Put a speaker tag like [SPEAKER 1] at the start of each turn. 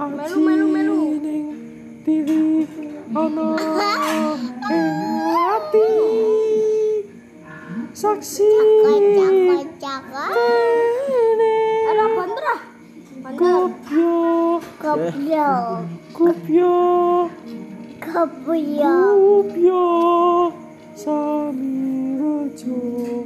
[SPEAKER 1] Melu melu melu.
[SPEAKER 2] Tiri ono ing ati saksi
[SPEAKER 1] Kocak kocak.
[SPEAKER 2] kene
[SPEAKER 1] Ada banter ah. Banter.
[SPEAKER 2] kopyo
[SPEAKER 1] Kopyo.
[SPEAKER 2] kopyo
[SPEAKER 1] Kopyo.
[SPEAKER 2] kopyo sami rojo